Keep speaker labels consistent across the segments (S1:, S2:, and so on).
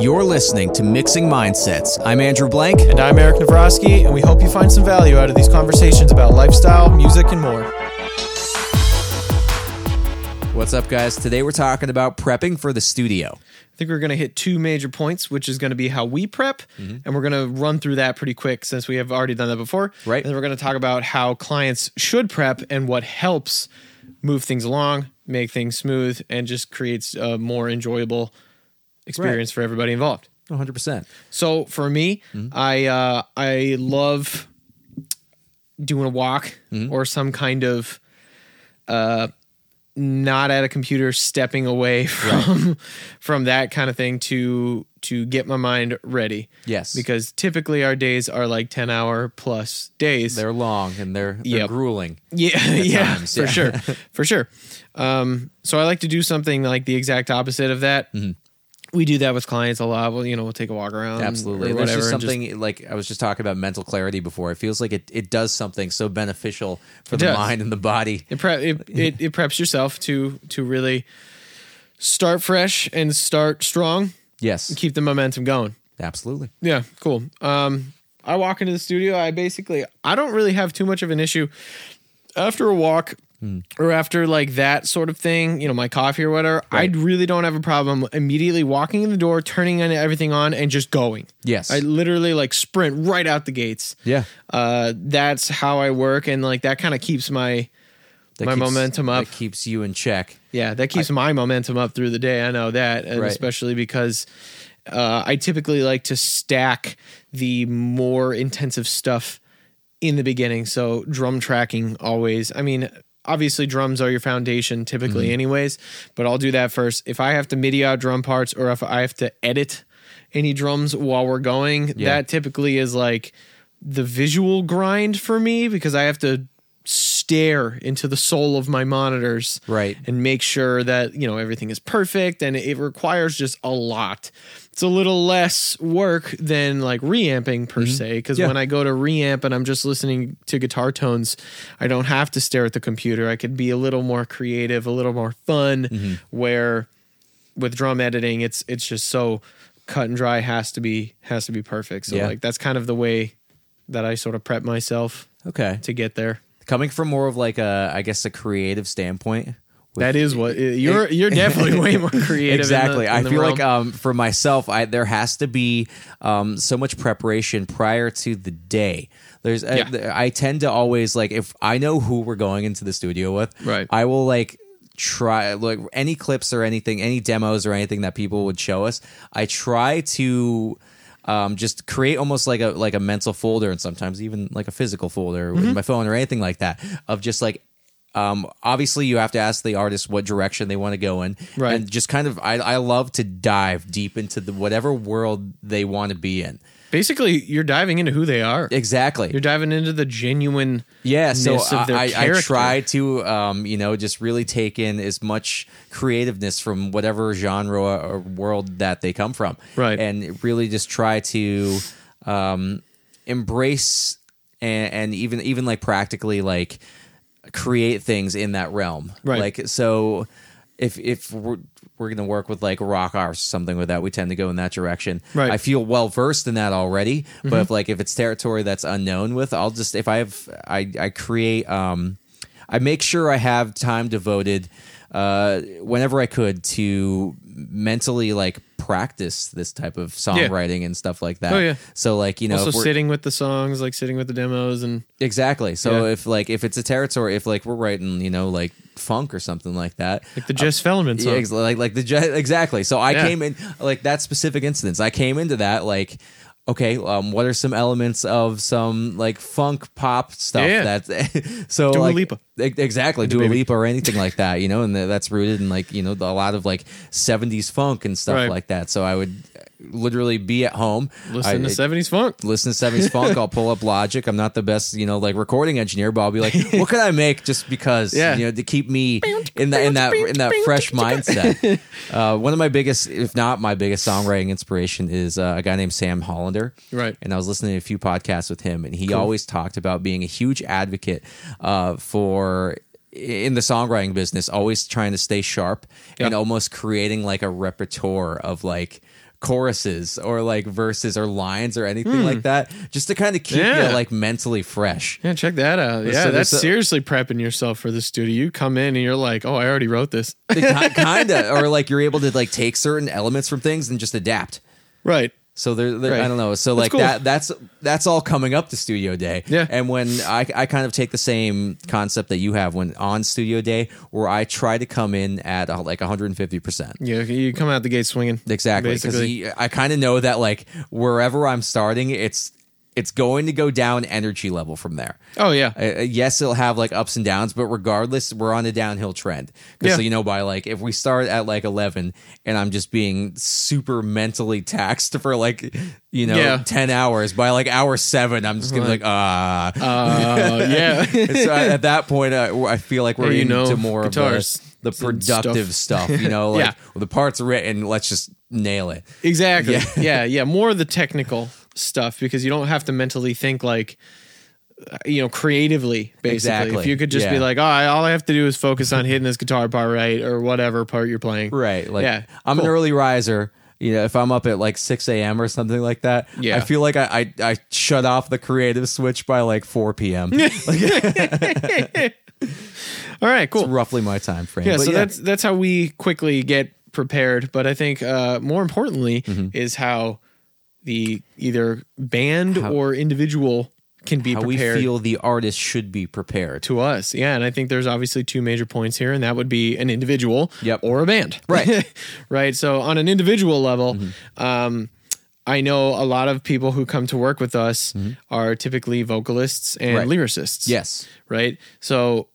S1: You're listening to Mixing Mindsets. I'm Andrew Blank.
S2: And I'm Eric Navrosky, and we hope you find some value out of these conversations about lifestyle, music, and more.
S1: What's up, guys? Today we're talking about prepping for the studio.
S2: I think we're going to hit two major points, which is going to be how we prep, and we're going to run through that pretty quick since we have already done that before.
S1: Right.
S2: And then we're going to talk about how clients should prep and what helps move things along, make things smooth, and just creates a more enjoyable experience for everybody involved.
S1: 100%.
S2: So for me,
S1: Mm-hmm.
S2: I uh, I love doing a walk
S1: Mm-hmm.
S2: or some kind of uh, not at a computer, stepping away from from that kind of thing to to get my mind ready.
S1: Yes.
S2: because typically our days are like ten hour plus days.
S1: They're long and they're, they're
S2: Yep.
S1: grueling.
S2: Yeah, yeah,
S1: times,
S2: for
S1: yeah.
S2: sure, for sure. Um, so I like to do something like the exact opposite of that.
S1: Mm-hmm.
S2: We do that with clients a lot. Well, you know, we'll take a walk around, Um, or
S1: Absolutely. There's
S2: whatever.
S1: just
S2: and just-
S1: something like I was just talking about mental clarity before. It feels like it, it does something so beneficial for the
S2: does.
S1: mind and the body.
S2: it, prep, it, it it preps yourself to to really start fresh and start strong.
S1: Yes.
S2: Keep the momentum going.
S1: Absolutely.
S2: Yeah, cool. Um, I walk into the studio. I basically I don't really have too much of an issue after a walk
S1: Hmm.
S2: or after like that sort of thing. You know, my coffee or whatever.
S1: Right.
S2: I really don't have a problem immediately walking in the door, turning on everything on, and just going.
S1: Yes.
S2: I literally like sprint right out the gates.
S1: yeah.
S2: Uh, that's how I work, and like that kind of keeps my
S1: That
S2: My momentum up.
S1: That keeps you in check.
S2: yeah, that keeps my momentum up through the day. I know that, and
S1: Right.
S2: especially because uh, I typically like to stack the more intensive stuff in the beginning. So drum tracking always. I mean, obviously drums are your foundation typically,
S1: Mm-hmm.
S2: anyways. But I'll do that first. If I have to MIDI out drum parts, or if I have to edit any drums while we're going,
S1: Yeah.
S2: that typically is like the visual grind for me because I have to stare into the soul of my monitors
S1: Right.
S2: and make sure that you know everything is perfect and it requires just a lot it's a little less work than like reamping per se because
S1: Mm-hmm. Yeah.
S2: when i go to reamp and i'm just listening to guitar tones i don't have to stare at the computer i could be a little more creative a little more fun
S1: Mm-hmm.
S2: where with drum editing it's it's just so cut and dry has to be has to be perfect so
S1: Yeah.
S2: like that's kind of the way that i sort of prep myself
S1: Okay.
S2: to get there
S1: Coming from more of like a, I guess, a creative standpoint. with
S2: that is what you're you're definitely way more creative in the-
S1: exactly
S2: in
S1: i
S2: the
S1: feel like
S2: realm.
S1: um, for myself I, there has to be um, so much preparation prior to the day there's I-
S2: Yeah.
S1: th- I tend to always like if i know who we're going into the studio with
S2: Right.
S1: i will like try like any clips or anything any demos or anything that people would show us i try to um, just create almost like a like a mental folder and sometimes even like a physical folder
S2: Mm-hmm.
S1: with my phone or anything like that of just like um, obviously you have to ask the artist what direction they want to go in
S2: Right.
S1: and just kind of I, I love to dive deep into the whatever world they want to be in
S2: basically you're diving into who they are
S1: exactly
S2: you're diving into the genuine
S1: yeah so
S2: of their
S1: I, I
S2: character.
S1: try to um, you know just really take in as much creativeness from whatever genre or world that they come from
S2: Right.
S1: and really just try to um, embrace and, and even even like practically like create things in that realm
S2: Right.
S1: like so if if we're, we're gonna work with like rock art or something with that we tend to go in that direction
S2: Right. Mm-hmm.
S1: i feel well versed in that already but if like if it's territory that's unknown with i'll just if i have i i create um i make sure i have time devoted uh whenever i could to mentally like practice this type of songwriting and stuff like that
S2: Oh, yeah.
S1: so like you know
S2: also
S1: if we're-
S2: sitting with the songs like sitting with the demos and
S1: exactly so
S2: Yeah.
S1: if like if it's a territory if like we're writing you know like funk or something like that
S2: like the Jess Fellman
S1: yeah,
S2: song
S1: ex- like like the jet exactly. So I
S2: Yeah.
S1: came in like that specific instance. I came into that like okay, um, what are some elements of some like funk pop stuff
S2: Yeah, yeah.
S1: that's so
S2: Dua
S1: like,
S2: Lipa.
S1: ex- exactly Dua
S2: Baby.
S1: Lipa or anything like that, you know, and tha- that's rooted in like you know the- a lot of like '70s funk and stuff
S2: Right.
S1: like that. So I would literally be at home
S2: listen
S1: I-
S2: to 70s funk
S1: listen to 70s funk. I'll pull up Logic. I'm not the best, you know, like recording engineer, but I'll be like, what can I make just because,
S2: Yeah.
S1: you know, to keep me in that in that in that fresh mindset. Uh, one of my biggest, if not my biggest, songwriting inspiration is uh, a guy named Sam Hollander.
S2: Right.
S1: And I was listening to a few podcasts with him, and he always talked about being a huge advocate uh, for. In the songwriting business, always trying to stay sharp and
S2: Yeah.
S1: almost creating like a repertoire of like choruses or like verses or lines or anything like that, just to kind of keep
S2: Hmm. Yeah.
S1: you like mentally fresh.
S2: Yeah, check that out. Yeah,
S1: there's
S2: that's
S1: a-
S2: seriously prepping yourself for the studio. You come in and you're like, oh, I already wrote this.
S1: kind of or like you're able to like take certain elements from things and just adapt
S2: right.
S1: so there, there-
S2: Right.
S1: i don't know so
S2: That's
S1: like
S2: cool.
S1: that that's that's all coming up to studio day
S2: Yeah.
S1: and when I, I kind of take the same concept that you have when on studio day where i try to come in at uh, like 150%
S2: Yeah, you come out the gate swinging.
S1: Exactly,
S2: Basically.
S1: because I kind of know that like wherever I'm starting, it's it's going to go down energy level from there.
S2: Oh yeah.
S1: Uh, uh, yes, it'll have like ups and downs, but regardless, we're on a downhill trend. Because
S2: Yeah.
S1: you know, by like if we start at like eleven, and I'm just being super mentally taxed for like you know
S2: Yeah.
S1: ten hours. By like hour seven, I'm just gonna be like ah.
S2: Uh, yeah.
S1: And so I- at that point, I, I feel like we're
S2: Hey, you
S1: into
S2: know,
S1: more
S2: guitars
S1: of the, the
S2: and stuff.
S1: productive stuff. You know, like
S2: Yeah.
S1: well, the parts written, let's just nail it.
S2: exactly.
S1: Yeah.
S2: Yeah. yeah, More of the technical stuff because you don't have to mentally think like uh, you know, creatively, basically.
S1: Exactly.
S2: If you could just be
S1: Yeah.
S2: like, oh, I, all I have to do is focus on hitting this guitar part right or whatever part you're playing.
S1: Right. Like
S2: Yeah,
S1: I'm an
S2: cool.
S1: early riser. You know, if I'm up at like 6 a.m. or something like that,
S2: Yeah.
S1: I feel like I, I I shut off the creative switch by like 4 p.m.
S2: All right, cool.
S1: roughly my time frame.
S2: yeah
S1: But
S2: so that's that's how we quickly get prepared but i think uh more importantly
S1: Mm-hmm.
S2: is how the either band or individual can be
S1: how we
S2: prepared
S1: feel the artist should be prepared.
S2: to us yeah and i think there's obviously two major points here and that would be an individual
S1: Yep.
S2: or a band
S1: Right. Mm-hmm.
S2: right so on an individual level um I know a lot of people who come to work with us are typically vocalists and
S1: Mm-hmm. Right.
S2: lyricists
S1: Yes.
S2: right? So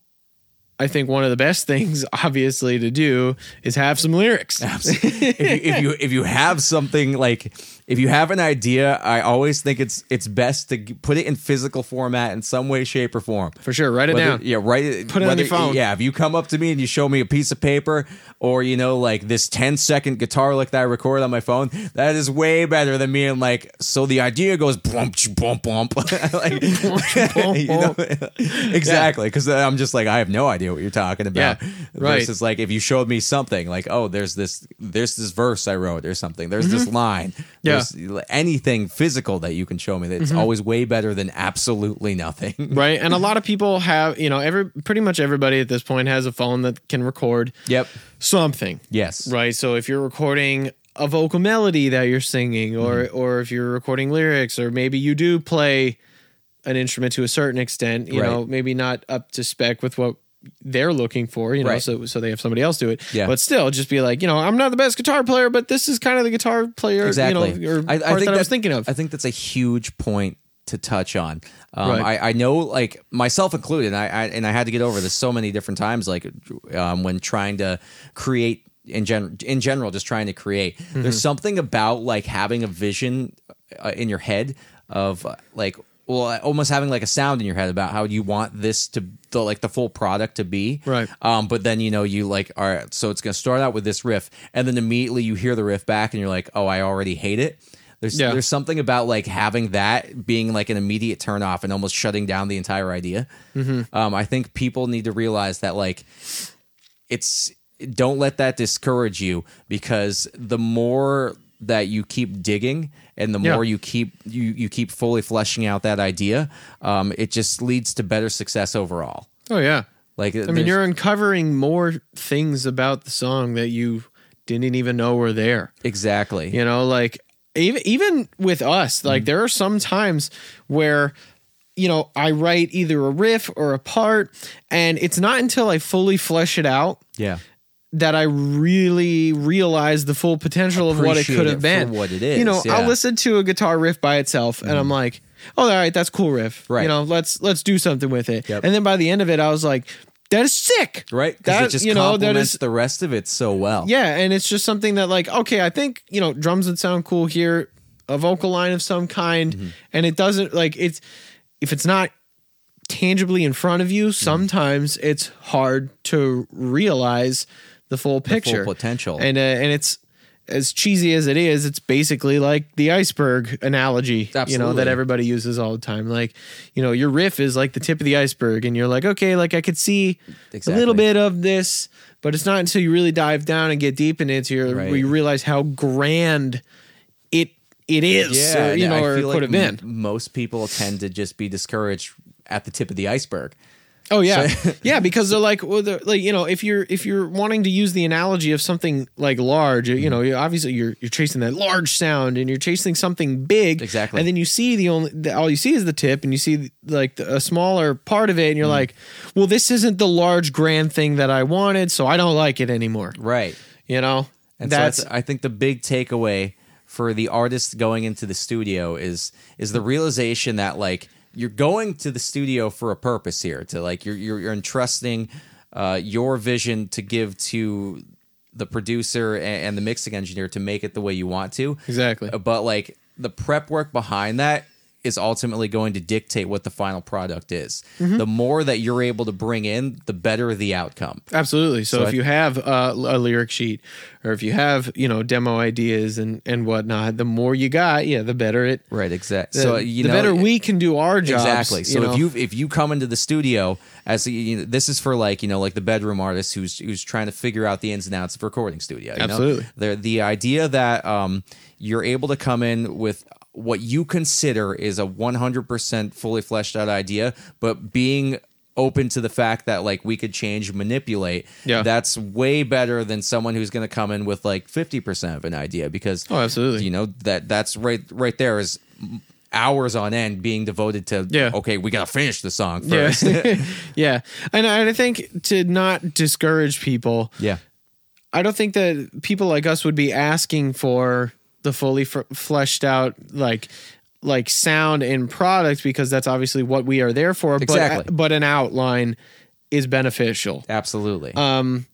S2: I think one of the best things, obviously, to do is have some lyrics.
S1: if, you, if you if you have something like if you have an idea, I always think it's it's best to g- put it in physical format in some way, shape, or form.
S2: For sure, write it
S1: Whether-
S2: down.
S1: Yeah, write it.
S2: Put it on your phone.
S1: Yeah, if you come up to me and you show me a piece of paper or, you know, like this 10 second guitar lick that I record on my phone, that is way better than me. And like, so the idea goes bump, ch- bump, bump. like, you know? exactly. Because I'm just like, I have no idea what you're talking about.
S2: Yeah, right.
S1: Versus like, if you showed me something like, oh, there's this, there's this verse I wrote or something, there's this line,
S2: Mm-hmm. Yeah. Mm-hmm.
S1: there's anything physical that you can show me that's always way better than absolutely nothing.
S2: Right. And a lot of people have, you know, every pretty much everybody at this point has a phone that can record
S1: yep.
S2: something.
S1: Yes.
S2: Right. So if you're recording a vocal melody that you're singing or
S1: Mm-hmm.
S2: or if you're recording lyrics or maybe you do play an instrument to a certain extent, you
S1: Right.
S2: know, maybe not up to spec with what they're looking for, you know,
S1: Right.
S2: so so they have somebody else do it.
S1: Yeah.
S2: But still just be like, you know, I'm not the best guitar player, but this is kind of the guitar player,
S1: exactly.
S2: you know, or part that, I was
S1: that-
S2: thinking of.
S1: I think that's a huge point to touch on. Um,
S2: Right.
S1: I, I know, like myself included, I, I and I had to get over this so many different times, like um, when trying to create in general, in general, just trying to create.
S2: Mm-hmm.
S1: There's something about like having a vision uh, in your head of uh, like. Well, almost having like a sound in your head about how you want this to the like the full product to be,
S2: Right.
S1: um, but then you know you like all right, so it's gonna start out with this riff, and then immediately you hear the riff back, and you're like, oh, I already hate it. There's
S2: Yeah.
S1: there's something about like having that being like an immediate turn off and almost shutting down the entire idea.
S2: Mm-hmm.
S1: Um, I think people need to realize that like it's don't let that discourage you because the more that you keep digging and the
S2: Yeah.
S1: more you keep you you keep fully fleshing out that idea, um, it just leads to better success overall.
S2: oh yeah.
S1: Like
S2: I mean, you're uncovering more things about the song that you didn't even know were there.
S1: exactly
S2: You know, like even even with us,
S1: Mm.
S2: like there are some times where you know I write either a riff or a part, and it's not until I fully flesh it out
S1: yeah.
S2: that I really realize the full potential of what it
S1: Appreciate
S2: could
S1: it
S2: have been.
S1: for what it is,
S2: you know,
S1: yeah. Mm.
S2: I'll listen to a guitar riff by itself, and I'm like, "Oh, all right, that's cool riff.
S1: Right.
S2: You know, let's let's do something with it."
S1: Yep.
S2: And then by the end of it, I was like, "That is sick."
S1: right? Because
S2: That
S1: it just
S2: you know that
S1: complements
S2: is
S1: the rest of it so well.
S2: yeah, and it's just something that like, okay, I think, you know, drums would sound cool here, a vocal line of some kind,
S1: Mm-hmm.
S2: and it doesn't like it's if it's not tangibly in front of
S1: Mm-hmm.
S2: you, sometimes it's hard to realize the full picture.
S1: potential.
S2: And uh, and it's as cheesy as it is, it's basically like the iceberg analogy, you know,
S1: Absolutely.
S2: that everybody uses all the time. Like, you know, your riff is like the tip of the iceberg, and you're like, okay, like I could see a
S1: Exactly.
S2: little bit of this, but it's not until you really dive down and get deep into it, you
S1: Right.
S2: you realize how grand it it is, or, you
S1: and
S2: know,
S1: I
S2: or it
S1: feel like
S2: could have been.
S1: m- most people tend to just be discouraged at the tip of the iceberg.
S2: Oh yeah,
S1: So-
S2: yeah. Because they're like, well, they're, like you know, if you're if you're wanting to use the analogy of something like large, you- you
S1: Mm-hmm.
S2: know, you obviously you're you're chasing that large sound and you're chasing something big,
S1: Exactly.
S2: And then you see the only the, all you see is the tip, and you see like the, a smaller part of it,
S1: Mm-hmm.
S2: and you're like, well, this isn't the large grand thing that I wanted, so I don't like it anymore.
S1: Right.
S2: You know,
S1: And
S2: that's
S1: so that's I think the big takeaway for the artist going into the studio is is the realization that like you're going to the studio for a purpose here to like you're you're, you're entrusting uh, your vision to give to the producer and, and the mixing engineer to make it the way you want to Uh,
S2: Exactly.
S1: but like the prep work behind that is ultimately going to dictate what the final product is
S2: Mm-hmm.
S1: the more that you're able to bring in the better the outcome
S2: Absolutely. So, if
S1: I-
S2: you have uh, a lyric sheet, or if you have you know demo ideas and and whatnot, the more you got, yeah, the better it.
S1: right exactly
S2: The,
S1: so you
S2: the
S1: know e
S2: better we can do our jobs.
S1: Exactly. So
S2: know.
S1: if you if you come into the studio as a, you know, this is for like you know like the bedroom artist who's who's trying to figure out the ins and outs of a recording studio. You
S2: Absolutely.
S1: Know? The the idea that um you're able to come in with what you consider is a 100% fully fleshed out idea, but being open to the fact that like we could change manipulate
S2: Yeah.
S1: that's way better than someone who's going to come in with like 50% of an idea because
S2: Oh, absolutely.
S1: you know that that's right right there is hours on end being devoted to
S2: Yeah.
S1: okay we gotta finish the song
S2: yeah,
S1: first
S2: yeah, and I, and I think to not discourage people,
S1: yeah
S2: I don't think that people like us would be asking for the fully f- fleshed out like like sound and product because that's obviously what we are there for.
S1: Exactly.
S2: But but an outline is beneficial.
S1: absolutely
S2: Uh, Um,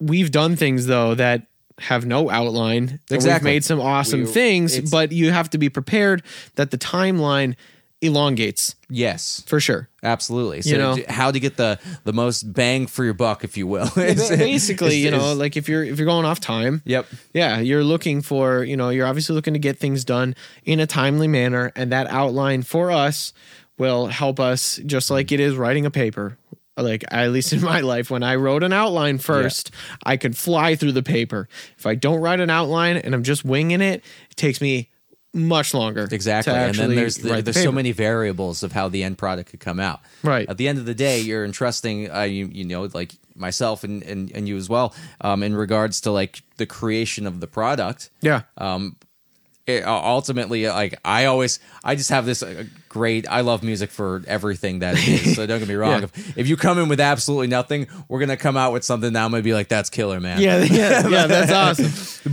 S2: we've done things though that have no outline. and
S1: Exactly.
S2: We've made some awesome
S1: We-
S2: things,
S1: it's-
S2: but you have to be prepared that the timeline elongates
S1: yes
S2: for sure.
S1: absolutely so
S2: You know-
S1: j- how to get the the most bang for your buck if you will Is-
S2: Basically,
S1: is-
S2: you know,
S1: is-
S2: like if you're if you're going off time,
S1: yep
S2: yeah, you're looking for, you know, you're obviously looking to get things done in a timely manner and that outline for us will help us just like it is writing a paper. Like at least in my life when I wrote an outline first, I could fly through the paper. If I don't write an outline and I'm just winging it, it takes me much longer.
S1: exactly
S2: to
S1: and then
S2: actually
S1: there's the,
S2: write the
S1: there's so
S2: paper.
S1: many variables of how the end product could come out
S2: Right.
S1: at the end of the day you're entrusting uh, you, you know like myself and, and and you as well um in regards to like the creation of the product
S2: Yeah.
S1: Um, it, uh, ultimately like i always i just have this uh, great i love music for everything that it is so don't get me wrong
S2: Yeah.
S1: if, if you come in with absolutely nothing we're gonna come out with something that i'm gonna be like that's killer man
S2: yeah, yeah, yeah, that's awesome.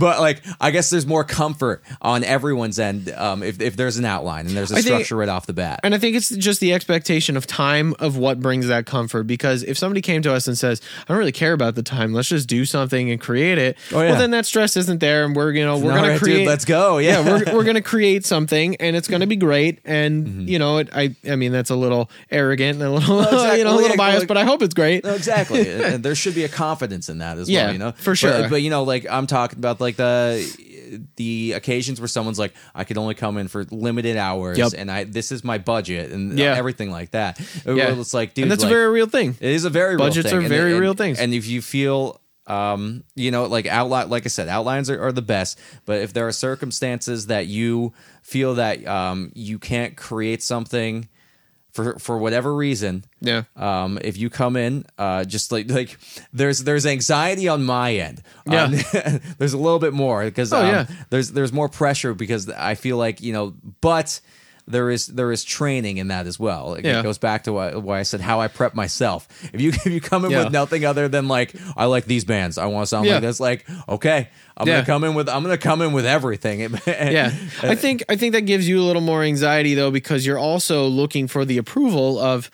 S1: but like i guess there's more comfort on everyone's end um, if, if there's an outline and there's a
S2: I think-
S1: structure right off the bat
S2: And I think it's just the expectation of time of what brings that comfort. Because if somebody came to us and says, "I don't really care about the time. Let's just do something and create it,"
S1: Oh, yeah.
S2: well, then that stress isn't there, and we're you know we're
S1: All
S2: gonna
S1: right, dude,
S2: create.
S1: let's go yeah,
S2: yeah, we're, we're gonna create something, and it's gonna be great. And
S1: Mm-hmm.
S2: you know, it, I I mean that's a little arrogant and a little
S1: exactly.
S2: you know a
S1: Yeah,
S2: little biased,
S1: like-
S2: but I hope it's great.
S1: No, exactly. and and there should be a confidence in that as
S2: Yeah,
S1: well, you know.
S2: for
S1: But-
S2: sure.
S1: But, you know, like I'm talking about like the the occasions where someone's like, I could only come in for limited hours
S2: Yep.
S1: and I this is my budget and
S2: Yeah.
S1: everything like that.
S2: Yeah.
S1: It's like, dude,
S2: and that's
S1: like,
S2: a very real thing.
S1: it is a very
S2: Budgets
S1: real thing.
S2: are
S1: And-
S2: very
S1: and-
S2: real things.
S1: And if you feel, um, you know, like outline, like I said, outlines are, are the best. But if there are circumstances that you feel that um, you can't create something for for whatever reason,
S2: Yeah.
S1: Um, if you come in, uh, just like like there's there's anxiety on my end. Um, there's a little bit more because
S2: Oh,
S1: um,
S2: yeah.
S1: there's there's more pressure because I feel like you know, but. There is there is training in that as well. It
S2: Yeah.
S1: goes goes back to why, why I said how I prep myself. If you if you come in
S2: Yeah.
S1: with nothing other than like I like these bands, I want to sound
S2: Yeah.
S1: like this. Like okay, I'm
S2: Yeah.
S1: gonna come in with I'm gonna come in with everything. And-
S2: yeah i think i think that gives you a little more anxiety though because you're also looking for the approval of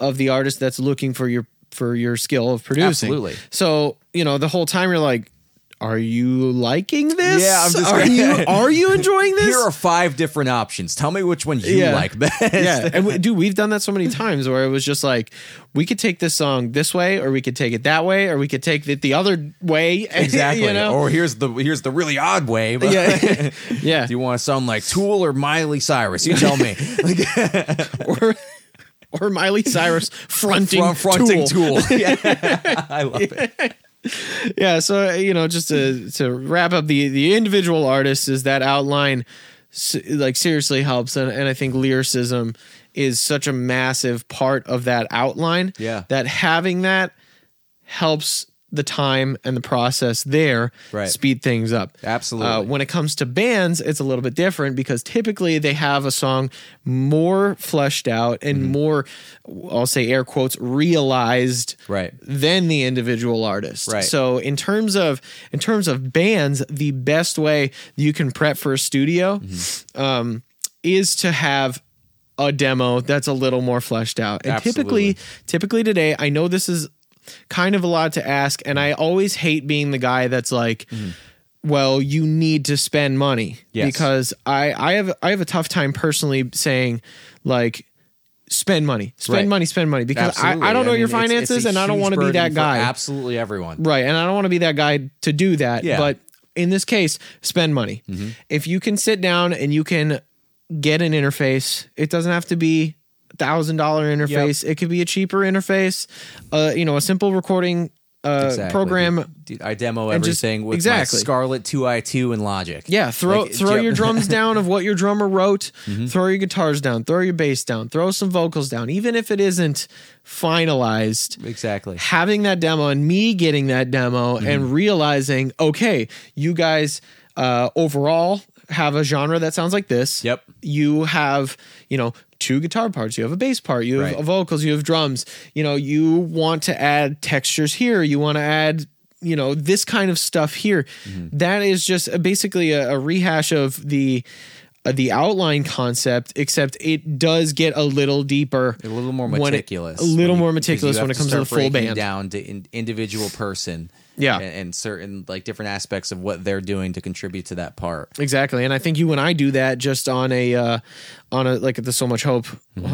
S2: of the artist that's looking for your for your skill of producing
S1: Absolutely.
S2: so you know the whole time you're like are you liking this
S1: Yeah, I'm just
S2: are
S1: gonna-
S2: you are you enjoying this
S1: here are five different options. Tell me which one you
S2: Yeah.
S1: like best.
S2: yeah and we, dude we've done that so many times where it was just like we could take this song this way or we could take it that way or we could take it the other way
S1: exactly.
S2: you know?
S1: Or here's the here's the really odd way. But
S2: yeah yeah
S1: do you want to sound like Tool or Miley Cyrus? You tell me. Like,
S2: or or miley cyrus fronting
S1: fron- fronting
S2: Tool.
S1: Tool. Yeah. I love it.
S2: yeah so you know just to to wrap up the the individual artists is that outline s- like seriously helps and, and i think lyricism is such a massive part of that outline
S1: Yeah.
S2: that having that helps the time and the process there
S1: Right.
S2: speed things up
S1: Absolutely.
S2: uh, when it comes to bands, it's a little bit different because typically they have a song more fleshed out and
S1: Mm-hmm.
S2: more, I'll say air quotes, realized
S1: Right.
S2: than the individual artist.
S1: Right.
S2: So in terms of in terms of bands, the best way you can prep for a studio
S1: Mm-hmm.
S2: um, is to have a demo that's a little more fleshed out. And
S1: Absolutely.
S2: typically, typically today, I know this is kind of a lot to ask, and I always hate being the guy that's like, well, you need to spend money
S1: Mm-hmm. Yes.
S2: because I I have I have a tough time personally saying like spend money, spend
S1: Right.
S2: money, spend money because I,
S1: Absolutely.
S2: I don't know
S1: mean,
S2: your
S1: it's- it's
S2: finances
S1: a
S2: and I don't
S1: huge
S2: want to be
S1: burden
S2: that
S1: for
S2: guy.
S1: Absolutely everyone.
S2: Right. And I don't want to be that guy to do that.
S1: Yeah. Mm-hmm.
S2: But in this case, spend money. If you can sit down and you can get an interface, it doesn't have to be thousand dollar interface. It could be a cheaper interface. Uh, you know, a simple recording uh
S1: Exactly.
S2: program.
S1: Dude, I demo
S2: And just-
S1: everything with
S2: exactly.
S1: my Scarlet 2i2 and Logic.
S2: Yeah, throw
S1: Like,
S2: throw
S1: yep. Mm-hmm.
S2: your drums down of what your drummer wrote. Throw your guitars down. Throw your bass down. Throw some vocals down. Even if it isn't finalized,
S1: Exactly. Mm-hmm.
S2: having that demo and me getting that demo and realizing, okay, you guys uh, overall have a genre that sounds like this.
S1: Yep.
S2: You have, you know, two guitar parts, you have a bass part, you have
S1: Right.
S2: vocals, you have drums. You know, you want to add textures here, you want to add you know this kind of stuff here
S1: Mm-hmm.
S2: That is just a, basically a, a rehash of the uh, the outline concept except it does get a little deeper
S1: A little more
S2: when it-
S1: meticulous.
S2: a little
S1: when you-
S2: more
S1: because
S2: meticulous
S1: you
S2: when
S1: have
S2: it comes to
S1: start
S2: the full
S1: breaking
S2: band.
S1: down to in, individual person.
S2: Yeah.
S1: And, and certain like different aspects of what they're doing to contribute to that part.
S2: Exactly, and I think you and I do that just on a uh, on a like the so much hope,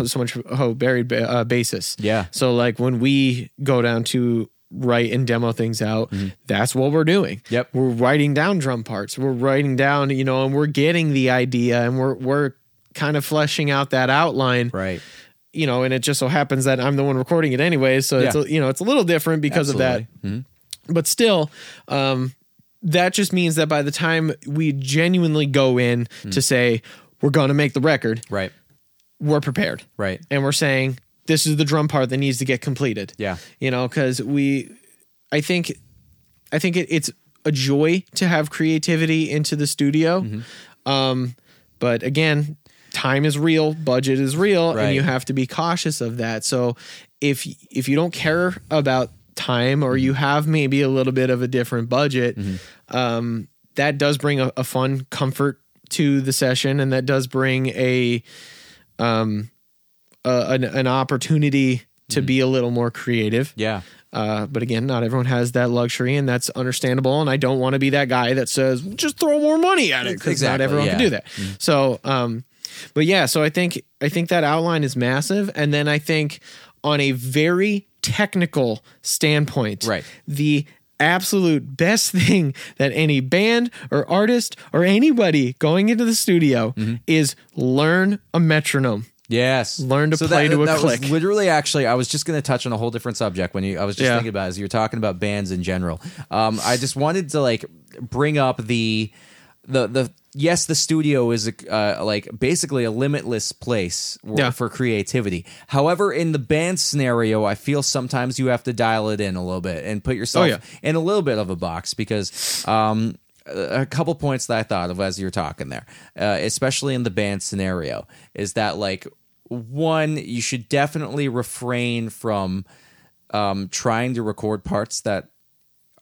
S2: so much hope buried ba- uh, basis.
S1: Mm-hmm. Yeah.
S2: So like when we go down to write and demo things out, that's what we're doing.
S1: Mm-hmm. Yep.
S2: We're writing down drum parts. We're writing down, you know, and we're getting the idea, and we're we're kind of fleshing out that outline
S1: Right.
S2: you know, and it just so happens that I'm the one recording it anyway. So it's
S1: Yeah.
S2: a, you know it's a little different because of that. But still, um, that just means that by the time we genuinely go in to say we're going to make the record,
S1: Right.
S2: we're prepared,
S1: Right.
S2: and we're saying this is the drum part that needs to get completed.
S1: Yeah.
S2: you know, because we, I think, I think it, it's a joy to have creativity into the studio.
S1: Mm-hmm.
S2: Um, but again, time is real, budget is real, and
S1: Right.
S2: you have to be cautious of that. So if if you don't care about time or
S1: Mm-hmm.
S2: you have maybe a little bit of a different budget, um, that does bring a, a fun comfort to the session, and that does bring a uh, an, an opportunity to be a little more creative.
S1: Yeah.
S2: Uh, but again, not everyone has that luxury, and that's understandable. And I don't want to be that guy that says just throw more money at it because not
S1: Exactly,
S2: everyone can
S1: yeah. Mm-hmm.
S2: do that. So, um, but yeah, so I think I think that outline is massive, and then I think on a very technical standpoint,
S1: Right.
S2: the absolute best thing that any band or artist or anybody going into the studio
S1: Mm-hmm.
S2: is learn a metronome.
S1: Yes.
S2: Learn to play
S1: that,
S2: to a
S1: that
S2: click.
S1: Was literally, actually, I was just going to touch on a whole different subject when you. I was just
S2: Yeah.
S1: thinking about it as you were talking about bands in general. Um, I just wanted to like bring up the the the yes, the studio is a, uh, like basically a limitless place w-
S2: Yeah.
S1: for creativity. However, in the band scenario, I feel sometimes you have to dial it in a little bit and put yourself
S2: Oh, yeah.
S1: in a little bit of a box because um, a a couple points that I thought of as you were talking there, uh, especially in the band scenario, is that like one, you should definitely refrain from um, trying to record parts that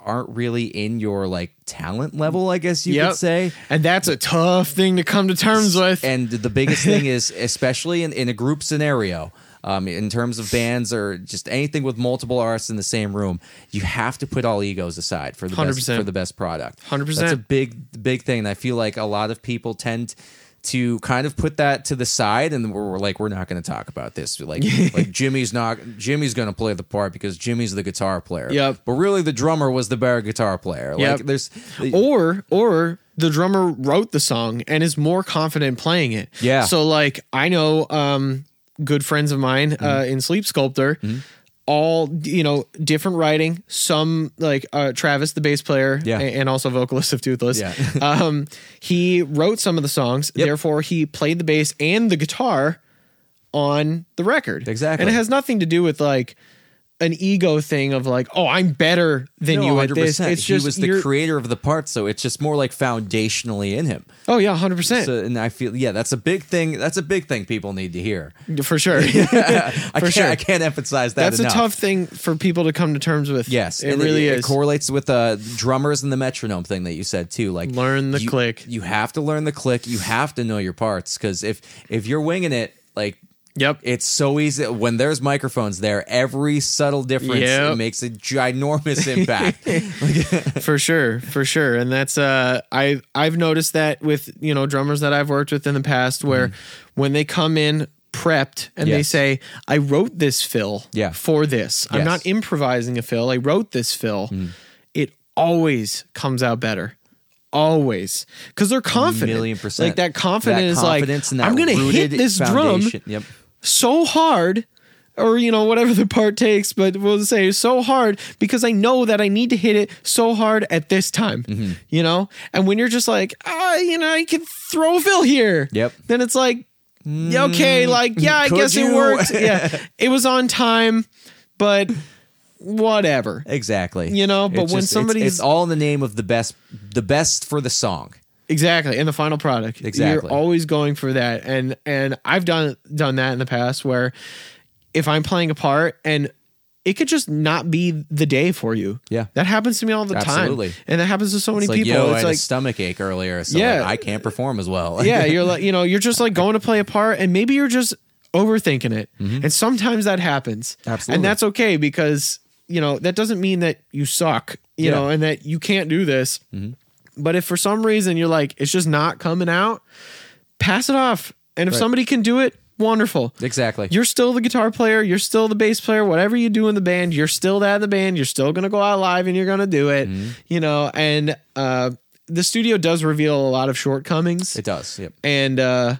S1: aren't really in your like talent level, I guess you
S2: Yep.
S1: could say.
S2: And that's a tough thing to come to terms with.
S1: And the biggest thing is, especially in, in a group scenario, um, in terms of bands or just anything with multiple artists in the same room, you have to put all egos aside for the best
S2: 100%.
S1: for the best product.
S2: 100%.
S1: That's a big big thing. And I feel like a lot of people tend to kind of put that to the side and we're, we're like we're not going to talk about this like like Jimmy's not Jimmy's going to play the part because Jimmy's the guitar player.
S2: Yep.
S1: But really the drummer was the better guitar player.
S2: Yep.
S1: Like there's
S2: or or the drummer wrote the song and is more confident playing it.
S1: Yeah. Mm-hmm.
S2: So like I know um good friends of mine uh in Sleep Sculptor all you know different writing some like uh, travis the bass player
S1: Yeah.
S2: a- and also vocalist of toothless
S1: Yeah.
S2: um, he wrote some of the songs therefore he played the bass and the guitar on the record
S1: Exactly.
S2: and it has nothing to do with like an ego thing of like oh i'm better than
S1: No,
S2: you at this it's
S1: he
S2: just
S1: was the
S2: you're-
S1: creator of the part, so it's just more like foundationally in him.
S2: oh yeah 100%
S1: So, and I feel yeah, that's a big thing. That's a big thing people need to hear.
S2: for sure
S1: I can't,
S2: sure.
S1: I can't emphasize that.
S2: that's
S1: enough.
S2: a tough thing for people to come to terms with
S1: Yes,
S2: it
S1: and
S2: really is.
S1: It correlates with uh, drummers and the metronome thing that you said too. Like
S2: Learn the
S1: you-
S2: click.
S1: You have to learn the click. You have to know your parts because if if you're winging it, like
S2: yep
S1: it's so easy when there's microphones there. Every subtle difference
S2: Yep.
S1: makes a ginormous impact.
S2: for sure for sure and that's uh i i've noticed that with you know drummers that i've worked with in the past where when they come in prepped and they
S1: Mm-hmm. Yes.
S2: say i wrote this fill
S1: Yeah.
S2: for this i'm
S1: Yes. Mm.
S2: not improvising a fill i wrote this fill it always comes out better always because they're confident
S1: million percent.
S2: like that confident
S1: That
S2: is like
S1: confidence and that
S2: i'm gonna hit
S1: rooted
S2: this drum
S1: foundation. Yep.
S2: so hard or you know whatever the part takes but we'll say so hard because i know that i need to hit it so hard at this time
S1: Mm-hmm.
S2: you know and when you're just like ah you know i can throw a fill here
S1: Yep. Mm,
S2: then it's like yeah, okay like yeah i
S1: could
S2: guess it
S1: you?
S2: worked yeah it was on time but whatever
S1: Exactly.
S2: You know, but when
S1: it's-
S2: somebody's-
S1: it's all in the name of the best, the best for the song.
S2: Exactly, and the final product.
S1: Exactly.
S2: you're always going for that, and and I've done done that in the past where if I'm playing a part and it could just not be the day for you.
S1: Yeah.
S2: that happens to me all the
S1: Absolutely.
S2: time, and that happens to so many
S1: It's like,
S2: people.
S1: yo, I
S2: it's
S1: had a
S2: like,
S1: stomach ache earlier, so
S2: Yeah.
S1: like, I can't perform as well.
S2: yeah, you're like, you know, you're just like going to play a part, and maybe you're just overthinking it, and sometimes that happens.
S1: Mm-hmm. Absolutely.
S2: and that's okay because you know that doesn't mean that you suck, you
S1: Yeah. Mm-hmm.
S2: know, and that you can't do this. But if for some reason you're like, it's just not coming out, pass it off. And if somebody can do it, wonderful.
S1: exactly.
S2: You're still the guitar player. You're still the bass player. Whatever you do in the band, you're still that in the band. You're still gonna go out live and you're gonna do it.
S1: Mm-hmm.
S2: You know, and uh, the studio does reveal a lot of shortcomings,
S1: it does. Yep.
S2: and uh,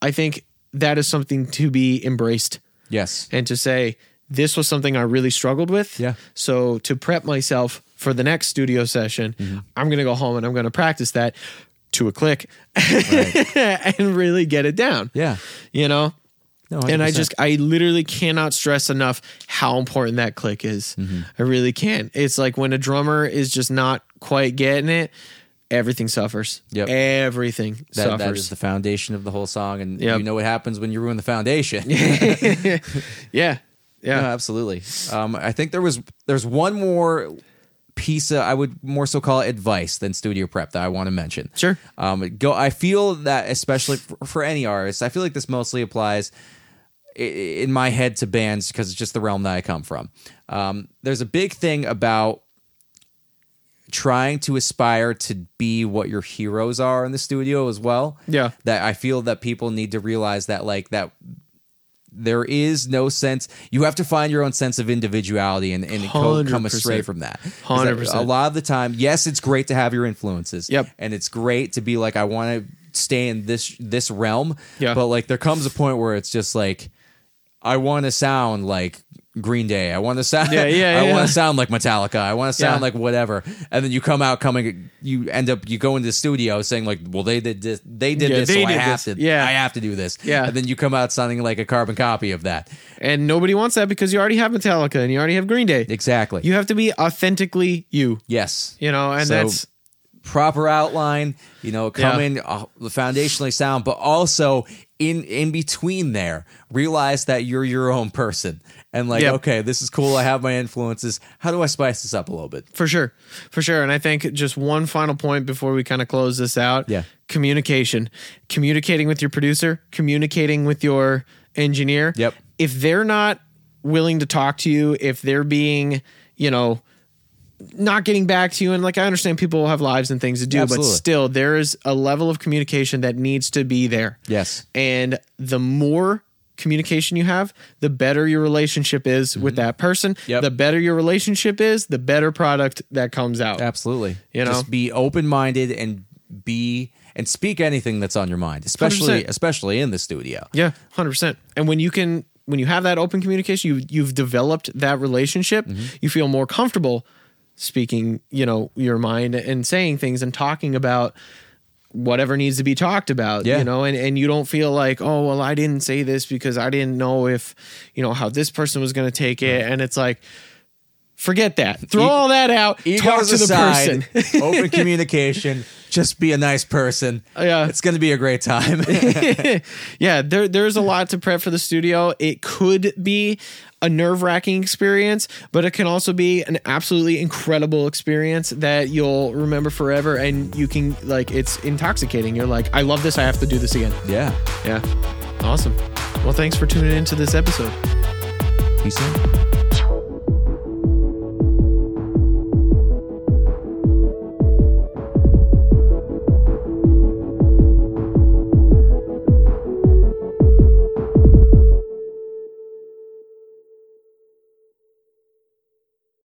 S2: I think that is something to be embraced
S1: Yes.
S2: and to say this was something I really struggled with.
S1: Yeah.
S2: So to prep myself for the next studio session,
S1: Mm-hmm.
S2: I'm gonna go home and I'm gonna practice that to a click and really get it down.
S1: Yeah.
S2: You know?
S1: No,
S2: and I
S1: 100%.
S2: just I literally cannot stress enough how important that click is.
S1: Mm-hmm.
S2: I really can't. It's like when a drummer is just not quite getting it, everything suffers.
S1: Yep.
S2: Everything
S1: that,
S2: suffers.
S1: that is the foundation of the whole song, and
S2: Yep.
S1: you know what happens when you ruin the foundation.
S2: yeah.
S1: No,
S2: Yeah.
S1: absolutely. Um, I think there was there's one more piece of, I would more so call it advice than studio prep that I want to mention.
S2: Sure.
S1: Um, go. I feel that especially for, for any artist, I feel like this mostly applies i- in my head to bands because it's just the realm that I come from. Um, there's a big thing about trying to aspire to be what your heroes are in the studio as well.
S2: Yeah.
S1: That I feel that people need to realize that like that there is no sense you have to find your own sense of individuality and, and co- come
S2: 100%.
S1: astray from that 'Cause that-
S2: 100%.
S1: a lot of the time yes it's great to have your influences
S2: Yep.
S1: and it's great to be like i want to stay in this this realm
S2: Yeah.
S1: but like there comes a point where it's just like i want to sound like green day i want to sound
S2: Yeah, yeah,
S1: i
S2: yeah.
S1: want to sound like metallica i want to sound
S2: Yeah.
S1: like whatever and then you come out coming you end up you go into the studio saying like well they did this they did
S2: Yeah,
S1: this
S2: they
S1: so i
S2: did
S1: have
S2: this.
S1: to
S2: Yeah.
S1: i have to do this
S2: Yeah.
S1: and then you come out sounding like a carbon copy of that
S2: And nobody wants that because you already have Metallica and you already have Green Day.
S1: Exactly.
S2: You have to be authentically you.
S1: yes.
S2: You know, and
S1: So-
S2: that's
S1: Proper outline, you know, come
S2: Yeah.
S1: in uh, foundationally sound, but also in in between there, realize that you're your own person and like,
S2: Yep.
S1: okay, this is cool. I have my influences. How do I spice this up a little bit?
S2: for sure. For sure. And I think just one final point before we kind of close this out.
S1: Yeah.
S2: Communication. Communicating with your producer, communicating with your engineer.
S1: Yep.
S2: If they're not willing to talk to you, if they're being, you know, not getting back to you and like I understand people have lives and things to do,
S1: Absolutely.
S2: but still there is a level of communication that needs to be there.
S1: Yes.
S2: And the more communication you have, the better your relationship is with that person.
S1: Yep.
S2: The better your relationship is, the better product that comes out.
S1: Absolutely.
S2: You know?
S1: just be open minded and be and speak anything that's on your mind, especially
S2: 100%.
S1: especially in the studio.
S2: Yeah, 100%. And when you can when you have that open communication, you you've developed that relationship.
S1: Mm-hmm.
S2: You feel more comfortable speaking, you know, your mind and saying things and talking about whatever needs to be talked about
S1: Yeah.
S2: you know and, and you don't feel like oh well i didn't say this because i didn't know if you know how this person was going to take it and it's like forget that throw
S1: Mm-hmm. E-
S2: all that out talk to the person
S1: person. open communication. Just be a nice person.
S2: Yeah.
S1: it's going to be a great time.
S2: yeah, there there's a lot to prep for the studio. It could be a nerve-wracking experience, but it can also be an absolutely incredible experience that you'll remember forever and you can like it's intoxicating. You're like, I love this, I have to do this again.
S1: yeah.
S2: Yeah. Awesome. Well, thanks for tuning into this episode.
S1: Peace out.